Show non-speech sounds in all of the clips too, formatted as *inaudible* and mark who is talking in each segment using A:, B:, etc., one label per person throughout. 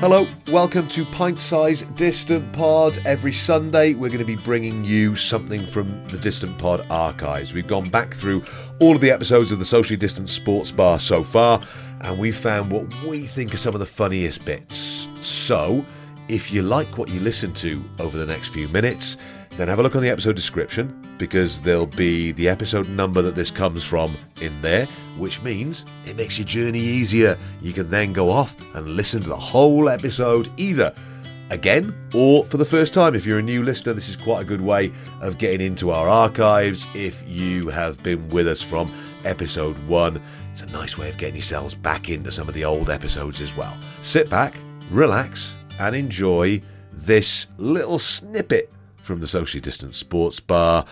A: Hello, welcome to Pint Size Distant Pod. Every Sunday, we're going to be bringing you something from the Distant Pod archives. We've gone back through all of the episodes of the Socially Distant Sports Bar so far, and we found what we think are some of the funniest bits. So, if you like what you listen to over the next few minutes, then have a look on the episode description because there'll be the episode number that this comes from in there, which means it makes your journey easier. You can then go off and listen to the whole episode either again or for the first time. If you're a new listener, this is quite a good way of getting into our archives. If you have been with us from episode one, it's a nice way of getting yourselves back into some of the old episodes as well. Sit back, relax, and enjoy this little snippet from the socially distant sports bar,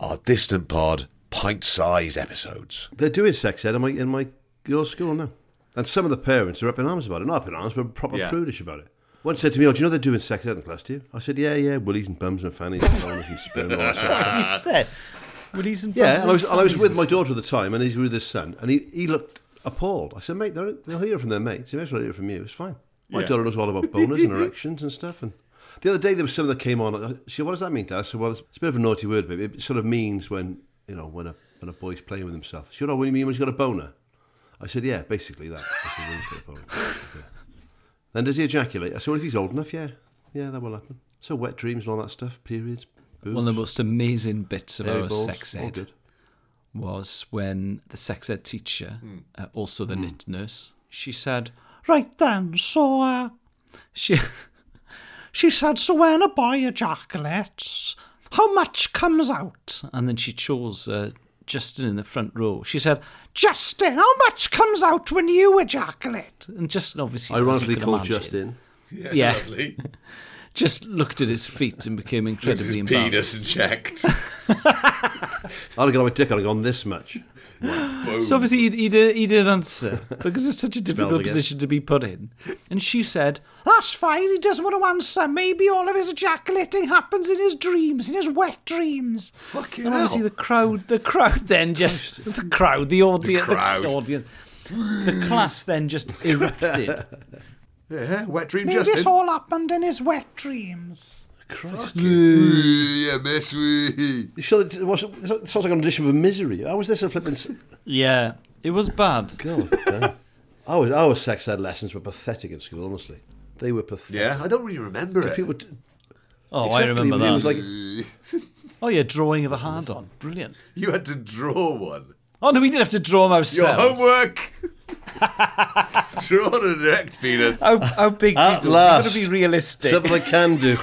A: our distant pod pint size episodes.
B: They're doing sex ed in my, in my girls' school now. And some of the parents are up in arms about it. Not up in arms, but proper
A: Yeah.
B: prudish about it. One said to me, Oh, do you know they're doing sex ed in class, do you? I said, Yeah, yeah, willies and bums and fannies and boners and sperm and all that sort of stuff.
C: you said. Woodies and
B: Uh, Yeah,
C: bums
B: and I was, and I was
C: fannies
B: with my
C: stuff.
B: daughter at the time, and he's with his son, and he, he looked appalled. I said, Mate, they'll, they'll hear it from their mates. They may as well hear it from you. It's fine. My
C: Yeah.
B: daughter knows all about boners and erections and stuff. And the other day, there was someone that came on. and I- She said, What does that mean, Dad? I said, Well, it's, it's a bit of a naughty word, but it sort of means when, you know, when a, when a boy's playing with himself. She said, Oh, what do you mean when he's got a boner? I said, Yeah, basically that. I said, "When he's got a boner." Yeah. Then does he ejaculate? I said, Well, if he's old enough, yeah. Yeah, that will happen. So wet dreams and all that stuff, periods. Boobs,
C: One of the most amazing bits of
B: hairy
C: our
B: balls,
C: sex
B: all
C: ed
B: good.
C: was when the sex ed teacher,
B: Hmm.
C: uh, also the knit nurse, she said, "Right then, so uh, she *laughs* she said, so when a boy ejaculates, how much comes out?" And then she chose uh, Justin in the front row. She said, "Justin, how much comes out when you ejaculate?" And Justin obviously, as you
B: Ironically
C: can
B: called
C: imagine,
B: Justin. *laughs*
C: Yeah. *laughs* Just looked at his feet and became incredibly embarrassed.
D: penis and
C: *laughs*
D: checked.
B: I'd have got my dick on and gone this much.
C: So obviously uh, he, he, did, he didn't answer because it's such a difficult
B: again.
C: position to be put in. And she said, "That's fine. He doesn't want to answer. Maybe all of his ejaculating happens in his dreams, in his wet dreams."
A: Fucking
C: And obviously the crowd, the crowd *laughs* then just the crowd, the audience, the,
D: crowd.
C: audience, the class then just erupted.
A: Yeah, wet dream
C: Maybe this all happened in his wet dreams.
D: yeah, mess with.
B: You sure that it wasn't, it sounds like an audition for misery. How was this a flipping. *laughs* s-
C: Yeah, it was bad.
B: God Oh, damn. Our, our sex ed lessons were pathetic in school, honestly. They were pathetic.
A: Yeah, I don't really remember it.
B: People, t-
C: Oh, I
B: exactly,
C: remember
B: It
C: that.
B: was like,
C: oh yeah, drawing of a hard on, brilliant.
D: You had to draw one.
C: Oh no, we didn't have to draw them
D: Your
B: *laughs*
C: ourselves.
D: homework. draw an erect penis.
C: How, how big do you
B: At
C: go?
B: last.
C: You've got to be realistic.
B: something I can *laughs* do.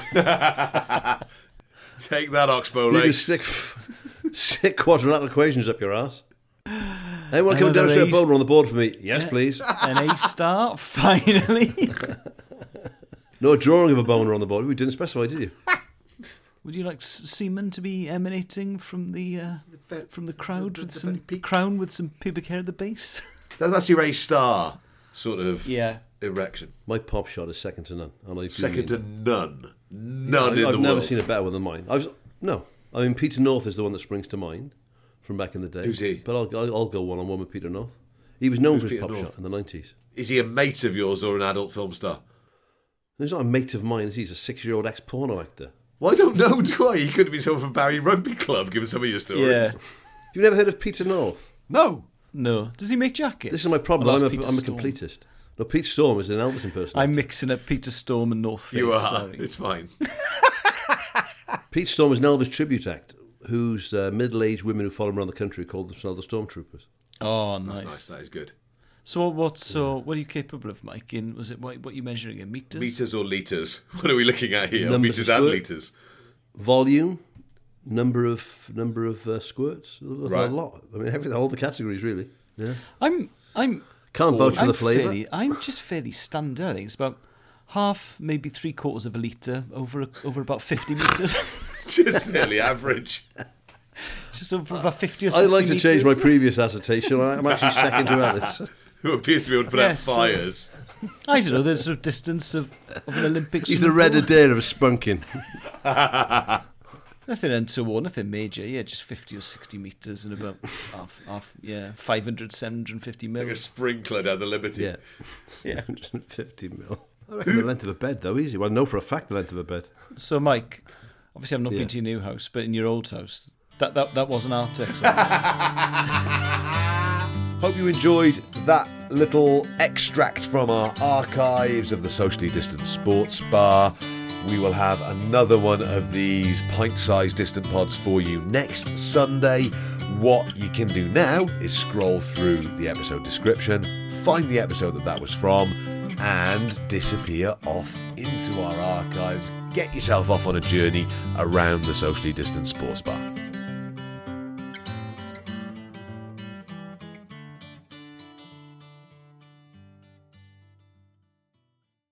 D: Take that, Oxbow
B: You can
D: Lake.
B: stick, stick quadrilateral equations up your ass. Anyone come
C: Another
B: demonstrate a
C: ace.
B: boner on the board for me? Yes, please.
C: An A star, *laughs* finally.
B: No drawing of a boner on the board. We didn't specify, did you?
C: Would you like s- semen to be emanating from the uh,
A: fe-
C: from the crowd
A: the-
C: with
A: the
C: some
A: peak.
C: crown with some pubic hair at the base? *laughs*
A: That- That's your A star sort of
C: Yeah.
A: erection.
B: My pop shot is second to none. And I do
A: Second
B: mean
A: to
B: that.
A: none. None
B: I-
A: in
B: Mm. I've
A: the
B: never
A: world.
B: seen a better one than mine. I was no. I mean, Peter North is the one that springs to mind from back in the day.
A: Who's he?
B: But I'll, I'll, I'll go one on one with Peter North. He was known for his
A: Peter
B: pop
A: North?
B: shot in the nineties.
A: Is he a mate of yours or an adult film star?
B: He's not a mate of mine. is he? He's a six-year-old ex-porno actor.
A: Well, I don't know, do I? He could have been someone from Barry Rugby Club, given some of your stories.
C: yeah.
B: You've never heard of Peter North?
A: No.
C: No. Does he make jackets?
B: This is my problem.
C: Oh,
B: I'm,
C: that's
B: a,
C: Peter
B: I'm a
C: Storm.
B: completist. No, Pete Storm is an Elvis impersonator.
C: I'm mixing up Peter Storm and North Face.
A: You are. *laughs*
C: sorry.
A: It's fine.
B: Pete Storm is an Elvis tribute act whose uh, middle-aged women who follow him around the country call themselves the Stormtroopers.
C: Oh, nice.
A: nice. That is good.
C: So what? what so what are you capable of, Mike? In was it what? What are you measuring in
A: *laughs*
C: meters?
A: Meters or liters? *laughs* What are we looking at here?
B: Numbers
A: Meters
B: of
A: and
B: squirt.
A: liters.
B: Volume, number of number of uh, squirts.
A: Right.
B: A lot. I mean, everything, all the categories really. Yeah.
C: I'm I'm
B: Can't vouch for
C: I'm
B: the flavour.
C: fairly- I'm just fairly stunned. I think it's about half, maybe three quarters of a litre over over about fifty metres. *laughs*
D: Just merely average.
C: just over about fifty or
B: I'd
C: sixty.
B: like to change my
C: metres.
B: previous assertion. I'm actually second to *laughs* Alice.
D: Who appears to be able to put
C: Yes.
D: out fires.
C: I don't know. There's sort of distance of, of an Olympic.
B: He's the
C: swimming
B: red
C: pool.
B: Adair of spunking.
C: Nothing untoward, nothing major. Yeah, just 50 or 60 metres and about half, half, yeah, 500, 750 mil.
D: Like a sprinkler down the Liberty.
B: Yeah. *laughs* Yeah. 150 mil. I reckon the length of a bed, though, easy. Well, I know for a fact the length of a bed.
C: So, Mike, obviously I've not
B: Yeah.
C: been to your new house, but in your old house, that, that, that was an Arctic. So
A: Hope you enjoyed that little extract from our archives of the socially distant sports bar. We will have another one of these pint sized distant pods for you next Sunday. What you can do now is scroll through the episode description, find the episode that that was from, and disappear off into our archives. Get yourself off on a journey around the socially distant sports bar.